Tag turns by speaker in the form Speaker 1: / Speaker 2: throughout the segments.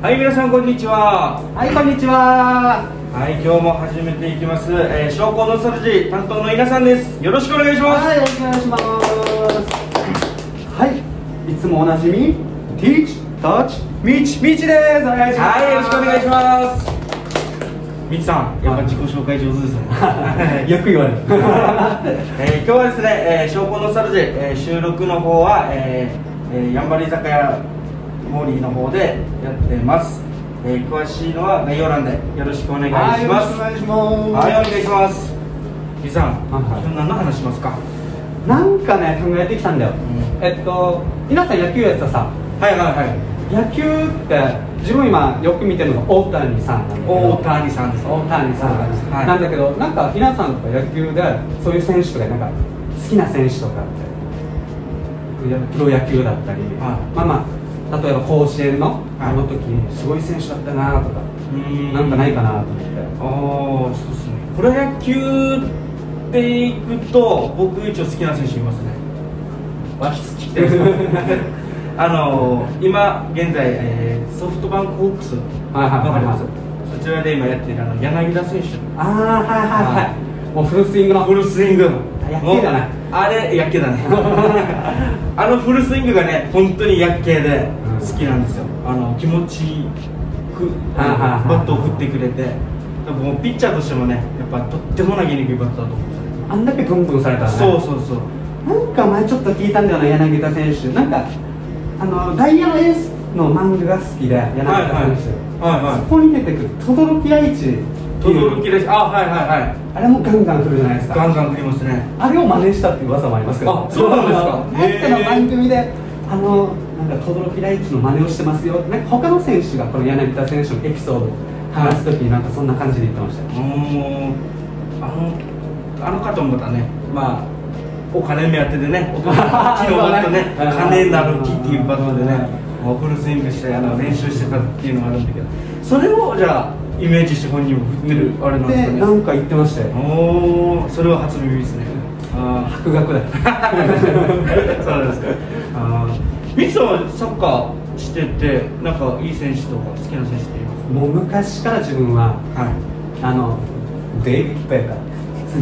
Speaker 1: はい、皆さんこんにちは。
Speaker 2: はい、こんにちは。
Speaker 1: はい、今日も始めていきます。えー、商工ノスタルジー担当の稲さんです。よろしくお願いします。
Speaker 2: はい、よろしくお願いします。はい、いつもおなじみ、teach, touch, reach, reach です。お願いします。
Speaker 1: はい、よろしくお願いし
Speaker 2: す。
Speaker 1: ます。みつさん、やっぱ自己紹介上手ですね。
Speaker 2: よく言われる。
Speaker 1: えー、今日はですね、えー、証拠のサルジェ、えー収録の方は、えーえー、やんばる居酒屋モーリーの方でやってます、えー、詳しいのは概要欄でよろしくお願いし
Speaker 2: はい、よろ
Speaker 1: ま
Speaker 2: しくお
Speaker 1: す
Speaker 2: 願いします。
Speaker 1: はい、お願いしますみさん、
Speaker 2: はいはい
Speaker 1: 今日何の話しますか
Speaker 2: なんかね、考えてきたんだよ。
Speaker 1: ん
Speaker 2: えっと、皆さん野球やってたさ、
Speaker 1: はいはいはい
Speaker 2: 野球って、自分今よく見てるのが大谷さんなんだけど。
Speaker 1: 大谷さんです
Speaker 2: 大谷さん
Speaker 1: はい
Speaker 2: なんだけど、なんか皆さんとか野球でそういう選手とかなんか好きな選手とかってやプロ野球だったり、
Speaker 1: はい
Speaker 2: まあまあ例えば甲子園の
Speaker 1: はい
Speaker 2: あの時すごい選手だったなとか、
Speaker 1: うー
Speaker 2: なんかないかなと思
Speaker 1: ああ
Speaker 2: って
Speaker 1: そうですねプロ野球でいくと僕一応好きな選手いますねわきつきてる あのー今現在、えーソフトバンクホークス
Speaker 2: はいはいはいはい
Speaker 1: わかりますそちらで今やってるあの柳田選手
Speaker 2: ああはいはいはいもうフルスイングの
Speaker 1: フルスイング
Speaker 2: 野球だな
Speaker 1: あれ野球 だねあのフルスイングがね本当に野球で好きなんですよ、あの気持ちよく
Speaker 2: はいはいはい
Speaker 1: バットを振ってくれてでももうピッチャーとしてもねやっぱとっても投げにくいバットだと思うんですよね
Speaker 2: あんだけブンブンされたらね
Speaker 1: そうそうそう
Speaker 2: なんか前ちょっと聞いたんだよな柳田選手なんかあのダイヤのエースの漫画が好きで柳田選手、
Speaker 1: はいはいはいはい
Speaker 2: そこに出てくる轟谷一っていう
Speaker 1: 轟きですあはいはいはい
Speaker 2: あれもガンガン振るじゃないです
Speaker 1: ガ
Speaker 2: か
Speaker 1: ンガン振りますね
Speaker 2: あれを真似したっていう噂もありますけど
Speaker 1: あそうなん ですか
Speaker 2: なんかの番組であのなんか轟谷一の真似をしてますよなんか他の選手がこの柳田選手のエピソードを話す時になんかそんな感じで言ってましたよ
Speaker 1: うーんあのあの方もまたねまあお金目当てで ねお金木のバットね
Speaker 2: そうね
Speaker 1: 金なる木っていうバットでね
Speaker 2: う
Speaker 1: もうフルスイングしてあの練習してたっていうのがあるんだけどそれをじゃあイメージして本人も振ってるあれなんです
Speaker 2: で
Speaker 1: かね
Speaker 2: なんか言ってましたよ
Speaker 1: おおそれは初耳ですねあ
Speaker 2: 博学だよ
Speaker 1: あ そうですかあーミツさんはサッカーしててなんかいい選手とか好きな選手っています
Speaker 2: もう昔から自分は
Speaker 1: はい
Speaker 2: あのデイビッド・ベッカム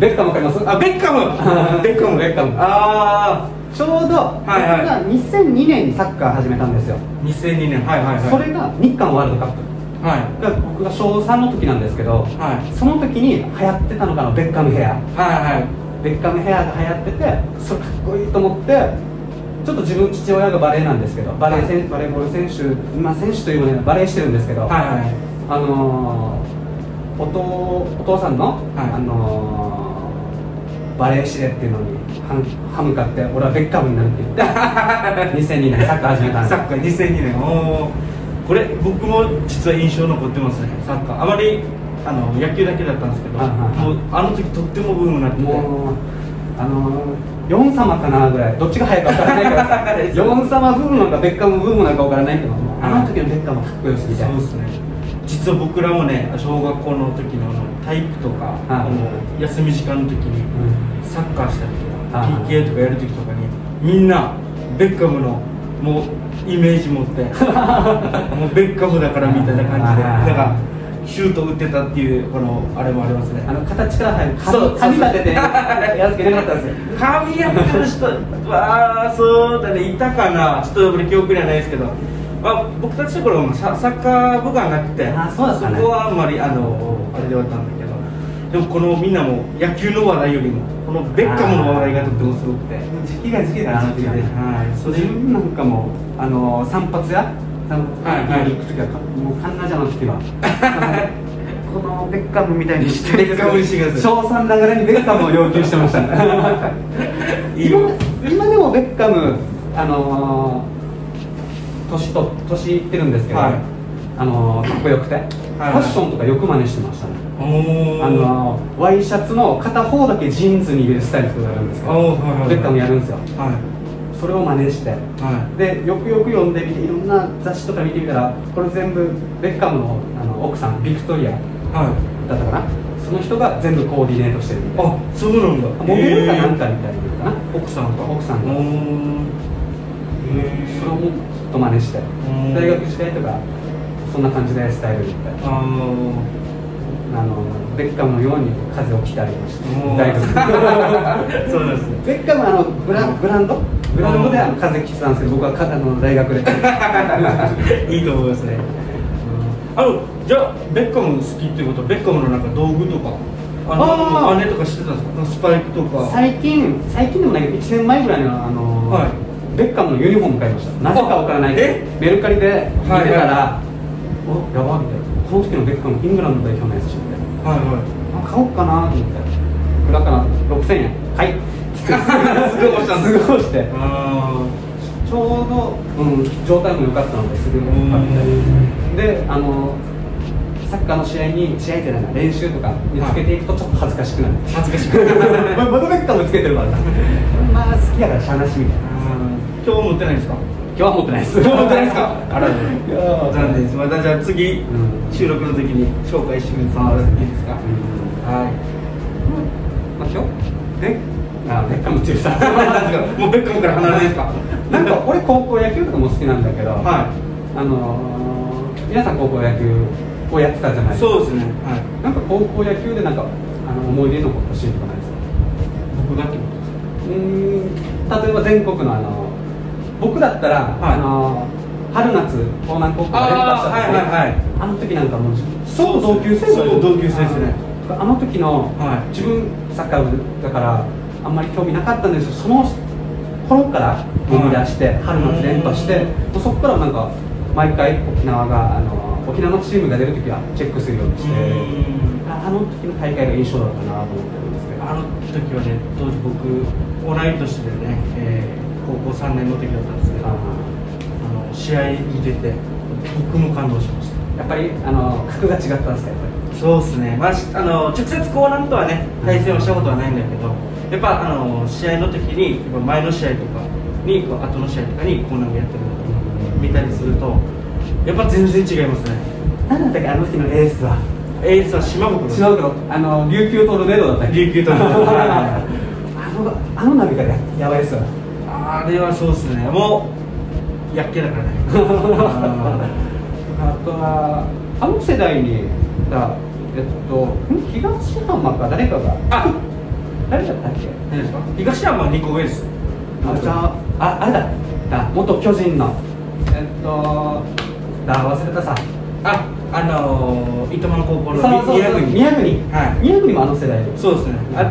Speaker 2: ベッカムわかります
Speaker 1: あベッカム
Speaker 2: ベッカムベッカム
Speaker 1: ああ
Speaker 2: ちょうど僕
Speaker 1: いはい
Speaker 2: が2002年にサッカー始めたんですよ、
Speaker 1: 2002年はいはいはい
Speaker 2: それが日韓ワールドカップ
Speaker 1: はい
Speaker 2: が僕が小3の時なんですけど
Speaker 1: はい
Speaker 2: その時に流行ってたのがあのベッカムヘア
Speaker 1: はいはい
Speaker 2: ベッカムヘアが流行っててそれかっこいいと思ってちょっと自分父親がバレーなんですけどバレー選バレーボール選手、まあ、選手というよりはバレーしてるんですけど、
Speaker 1: はいはい
Speaker 2: あのーお父お父さんの、
Speaker 1: はい
Speaker 2: あのーバレーしてっていうのに歯歯向かって俺はベッカムになるって言って 2002年サッカー始めたん
Speaker 1: サ
Speaker 2: です
Speaker 1: ッカー2002年おーこれ僕も実は印象残ってますねサッカーあまりあの野球だけだったんですけど
Speaker 2: はいはいは
Speaker 1: も
Speaker 2: い
Speaker 1: うあの時とってもブームになってて
Speaker 2: もうあのーヨン様かなぐらいどっちが早いか分からないけどヨン様ブームなのかベッカムブームなのか分からないけどもうあの時のベッカムかっこよすぎて
Speaker 1: そうですね実は僕らもね小学校の時のあの体育とか、あの休み時間の時に
Speaker 2: う
Speaker 1: サッカーしたりとか
Speaker 2: はいはい
Speaker 1: PK とかやる時とかにみんなベッカムのもうイメージ持って もうベッカムだからみたいな感じで
Speaker 2: はいはい
Speaker 1: なんかシュート打ってたっていうこのあれもありますね
Speaker 2: あの形から入る
Speaker 1: そう
Speaker 2: 髪髪立ててやつけなかったんですよ
Speaker 1: 髪やってる人はそうだねいたかなちょっと俺記憶にはないですけど、まあ、僕たちの頃はササッカー部がなくて
Speaker 2: あそうだったね
Speaker 1: こはあんまりあのあれではあったんだけどでもこのみんなも野球の話題よりもこのベッカムの話題がとってもすごくて
Speaker 2: 時期が時期だなっていうね
Speaker 1: はいそ
Speaker 2: 自
Speaker 1: れ
Speaker 2: 分なんかもうあの散髪屋散
Speaker 1: はい
Speaker 2: 髪屋に行く時はかもうカンナじゃなくては このベッカムみたいにして
Speaker 1: ベッカムにしてください
Speaker 2: 賞賛ながらにベッカムを要求してましたね
Speaker 1: いい
Speaker 2: 今今でもベッカムあのー年と年いってるんですけど、
Speaker 1: はい
Speaker 2: あのーかっこよくて、
Speaker 1: はい
Speaker 2: ファッションとかよく真似してましたね
Speaker 1: おー
Speaker 2: あのーワイシャツの片方だけジーンズに入れるスタイルとかあるんですけど
Speaker 1: おーはいはいはい
Speaker 2: ベッカムやるんですよ
Speaker 1: はい
Speaker 2: それを真似して
Speaker 1: は
Speaker 2: でよくよく読んでみていろんな雑誌とか見てみたらこれ全部ベッカムのあの奥さんビクトリ
Speaker 1: い
Speaker 2: アだ
Speaker 1: はい
Speaker 2: ったかなその人が全部コーディネートしてるみたいな
Speaker 1: あそうなんだ
Speaker 2: モデルかなん
Speaker 1: へ
Speaker 2: かみたいなのかな
Speaker 1: ー奥さんか
Speaker 2: 奥さんが
Speaker 1: おーへー
Speaker 2: それをもうと真似して
Speaker 1: ん
Speaker 2: 大学時代とかそんな感じでスタイルでいったり
Speaker 1: あの
Speaker 2: あのベッカムのように風を切ったりもして
Speaker 1: もう
Speaker 2: 大学
Speaker 1: そうなんですね
Speaker 2: ベッカムはあのブラブランドブランドであの風切ってたんですけど僕はかあの大学で
Speaker 1: いいと思いますねうんあのじゃあベッカム好きっていうことはベッカムのなんか道具とかあの
Speaker 2: あー
Speaker 1: 姉とか知ってたんですかスパイクとか
Speaker 2: 最近最近でもないけど1年前ぐらいにはあの、
Speaker 1: は
Speaker 2: ベッカムのユニフォーム買いましたなぜかわからないけ
Speaker 1: え
Speaker 2: どメルカリで見てた
Speaker 1: は
Speaker 2: ら、おやばみたいなこの時のベッカムイングランド代表のやつじゃんみ
Speaker 1: は
Speaker 2: たいな
Speaker 1: いは
Speaker 2: あ買おうかなと思っていくらかな6000円はい
Speaker 1: ぐ押
Speaker 2: す
Speaker 1: したんです
Speaker 2: ぐ押して
Speaker 1: いあ
Speaker 2: ちょうど、うん、状態も良かったのですぐ買ってであのサッカーの試合に試合じゃないな練習とか見つけていくとちょっと恥ずかしくなる、
Speaker 1: あ恥ずかし く
Speaker 2: ままたベッカムつけてるからなまあ好きやからしゃあなしみたいな
Speaker 1: 今日持ってないんですか
Speaker 2: 今日は持ってないです
Speaker 1: 今日持ってないですかあら
Speaker 2: いやー
Speaker 1: 残念ですまたじゃあ次、
Speaker 2: うん
Speaker 1: 収録の時に紹介してみてもらっていいですかはい
Speaker 2: まあ今日ねあベッカムっていうさ
Speaker 1: もうベッカムから離れないですか
Speaker 2: なんか俺高校野球とかも好きなんだけど、
Speaker 1: は
Speaker 2: あのー皆さん高校野球をやってたじゃな
Speaker 1: い
Speaker 2: いですか
Speaker 1: そうですねはい
Speaker 2: なんか高校野球でなんかあの思い出に残ったシーンとかないですか
Speaker 1: 僕だってことですか
Speaker 2: うーん例えば全国のあの僕だったら、
Speaker 1: はい
Speaker 2: あの春夏東南高校が連覇した時
Speaker 1: あーはいはいはい
Speaker 2: あの時なんかもう
Speaker 1: そう
Speaker 2: 同級生
Speaker 1: そう同級生ですね
Speaker 2: あーあの時の、
Speaker 1: はい
Speaker 2: 自分サッカー部だからあんまり興味なかったんですけどその頃から思い出して、春夏連覇してもうそこからなんか毎回沖縄があの沖縄のチームが出る時はチェックするようにしてああの時の大会が印象だったなと思ってるんですけど
Speaker 1: あの時はね当時僕同い年でね、えー高校3年の時だったんですけどあの試合に出て僕も感動しました
Speaker 2: やっぱりあの格が違ったんですかやっぱり
Speaker 1: そうですね、まあ、しあの直接こうなんとはね対戦をしたことはないんだけどやっぱあの試合の時にやっぱ前の試合とかにこう後の試合とかにこうなんかやってるのとか見たりするとやっぱ全然違いますね
Speaker 2: 何だったっけあの時のエースは
Speaker 1: エースは島袋です
Speaker 2: 違うけどあの琉球トルネードだったっけ
Speaker 1: 琉 球トルネードはい
Speaker 2: あのあのナビがややばいっすよ
Speaker 1: あれはそうですねもうやっけだ からねあ
Speaker 2: あとはあの世代にだえっとん東浜か誰かが
Speaker 1: ーあ
Speaker 2: 誰だったっけ
Speaker 1: 何ですか東山は2個上です
Speaker 2: あじゃあああれだだ元巨人のえっとだ忘れたさ
Speaker 1: ああのー、糸満高校
Speaker 2: そうそう
Speaker 1: の
Speaker 2: そう
Speaker 1: 宮国
Speaker 2: 宮国、
Speaker 1: はい
Speaker 2: 宮国もあの世代で
Speaker 1: そうですねあ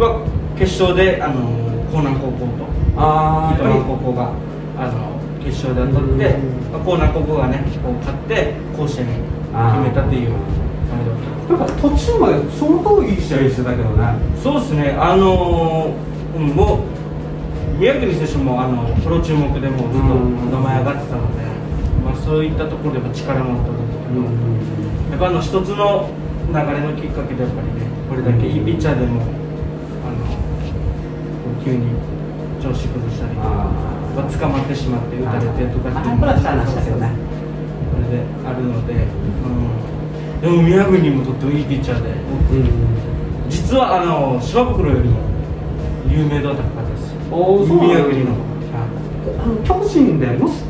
Speaker 1: は決勝で、あのー、江南高校と
Speaker 2: あ
Speaker 1: 糸満高校が、あのー、決勝で当たって、
Speaker 2: うん
Speaker 1: まあ、江南高校がねこう勝って甲子園に決めたっていうあれだった
Speaker 2: なんか途中まで相当いい試合してたけどね。
Speaker 1: そうですね、あのーうんもう宮国選手もあのプロ注目でもうずっと
Speaker 2: うん
Speaker 1: 名前上がってたので、まあ、そういったところでやっぱ力もあったんですけど、やっぱあの一つの流れのきっかけでやっぱりね、これだけいいピッチャーでも、あの急に調子崩したりとか、
Speaker 2: あ
Speaker 1: まあ捕まってしまって、打たれてとかっていうの
Speaker 2: これはした話ですよね。
Speaker 1: これであるので、うん、でも宮国もとってもいいピッチャーで。実はあの島袋よりも有名度は高かったです
Speaker 2: おーそうなんだ
Speaker 1: 宮国の
Speaker 2: あの巨人でもし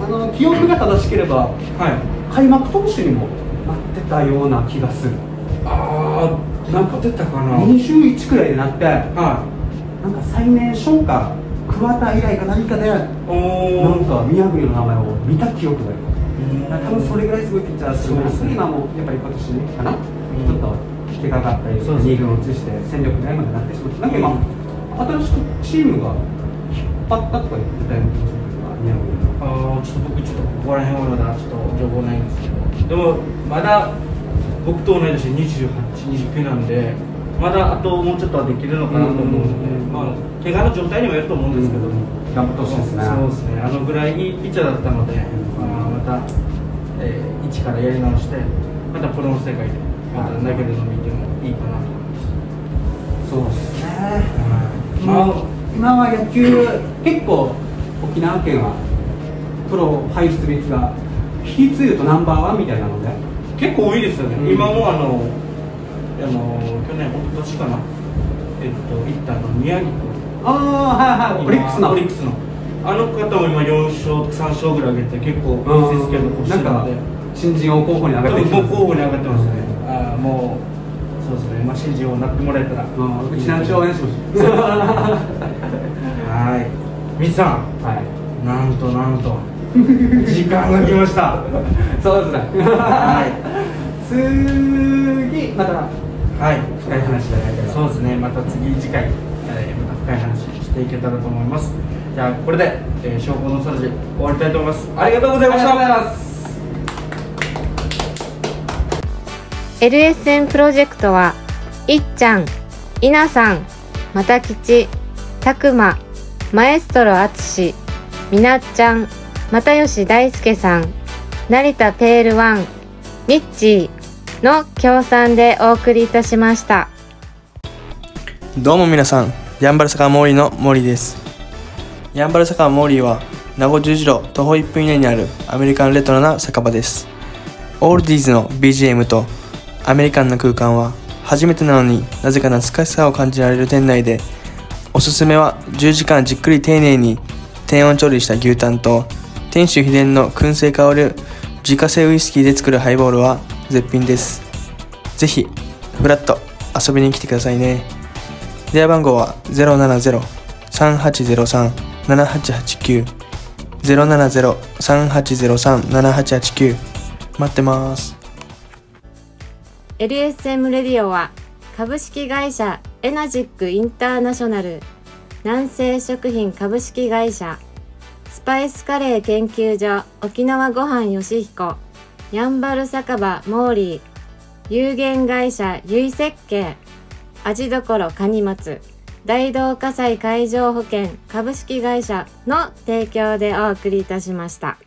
Speaker 2: あの記憶が正しければ
Speaker 1: はい
Speaker 2: 開幕投手にもなってたような気がする。
Speaker 1: ああなんか出たかな
Speaker 2: 21くらいでなって、なん
Speaker 1: は
Speaker 2: か最年少か桑田以来か何かで、ない
Speaker 1: お
Speaker 2: んか宮国の名前を見た記憶がある。多分それぐらいすごいピッチャーだと思います
Speaker 1: そうですね
Speaker 2: 今もやっぱり今年かな、
Speaker 1: ん
Speaker 2: ちょっと怪我があったり、
Speaker 1: そうですね
Speaker 2: 2軍落ちして、戦力外までなってしまった、なんか今、新しくチームが引っ張ったとか言ってたような気がするけどな、宮城の
Speaker 1: あーちょっと僕ちょっとここら辺はまだちょっと情報ないんですけどでもまだ僕と同い年2829なんでまだあともうちょっとはできるのかなと思うので、
Speaker 2: うん
Speaker 1: まあ怪我の状態にもよると思うんですけど、
Speaker 2: 頑張ってほしいですね。
Speaker 1: そうですね。あのぐらいいいピッチャーだったので、まあまた、えー一からやり直して、またプロの世界でまた投げるのを見てもいいかなと思います。
Speaker 2: そうですね
Speaker 1: ま
Speaker 2: まあ、今は野球、結構、沖縄県はプロ輩出率が引き継いでとナンバーワンみたいなので、
Speaker 1: あ結構多いですよね。
Speaker 2: うん
Speaker 1: 今もあのあの去年一昨年かな、えっと行ったあの宮城
Speaker 2: ああ、はいは
Speaker 1: 君、
Speaker 2: い、オリックスの。
Speaker 1: オリックスのあの方も今4勝3勝ぐらい上げて結構成績を残して
Speaker 2: な
Speaker 1: る
Speaker 2: んか
Speaker 1: ので
Speaker 2: 新人王候補に上
Speaker 1: 多
Speaker 2: がって
Speaker 1: 分
Speaker 2: き
Speaker 1: もう
Speaker 2: て
Speaker 1: 候補に上がってますねあーもうそうですねまあ新人王になってもらえたら
Speaker 2: うんうちなんち応援します
Speaker 1: はいみつさん
Speaker 2: は
Speaker 1: なんとなんと時間が来ました
Speaker 2: いそうですね
Speaker 1: は
Speaker 2: 次また
Speaker 1: いはい
Speaker 2: 深い話じゃないけど
Speaker 1: そうですねまた次次回、えーまた深い話していけたらと思いますじゃあこれで、えー、消防のサラジ終わりたいと思いますありがとうございました
Speaker 2: ありがとうございます
Speaker 3: LSN プロジェクトはいっちゃん、いなさん、またきち、たくま、マエストロあつし、みなっちゃん、またよし大輔さん、成田ペールワン、ミッチーの協賛でお送りいたしました。
Speaker 4: どうも皆さん、ヤンバル坂モーリーのモーリーです。ヤンバル坂モーリーは、名護十字路徒歩1分以内にあるアメリカンレトロな酒場です。オールディーズの BGM とアメリカンな空間は、初めてなのになぜか懐かしさを感じられる店内で、おすすめは10時間じっくり丁寧に低温調理した牛タンと、店主秘伝の燻製香る自家製ウイスキーで作るハイボールは絶品です。ぜひ、フラッと遊びに来てくださいね。電話番号は070-3803-7889 070-3803-7889待ってます。
Speaker 3: LSM レディオは株式会社エナジックインターナショナル南西食品株式会社スパイスカレー研究所沖縄ごはんよしひこやんばる酒場モーリー有限会社ゆい設計味どころかにまつ大同火災海上保険株式会社の提供でお送りいたしました。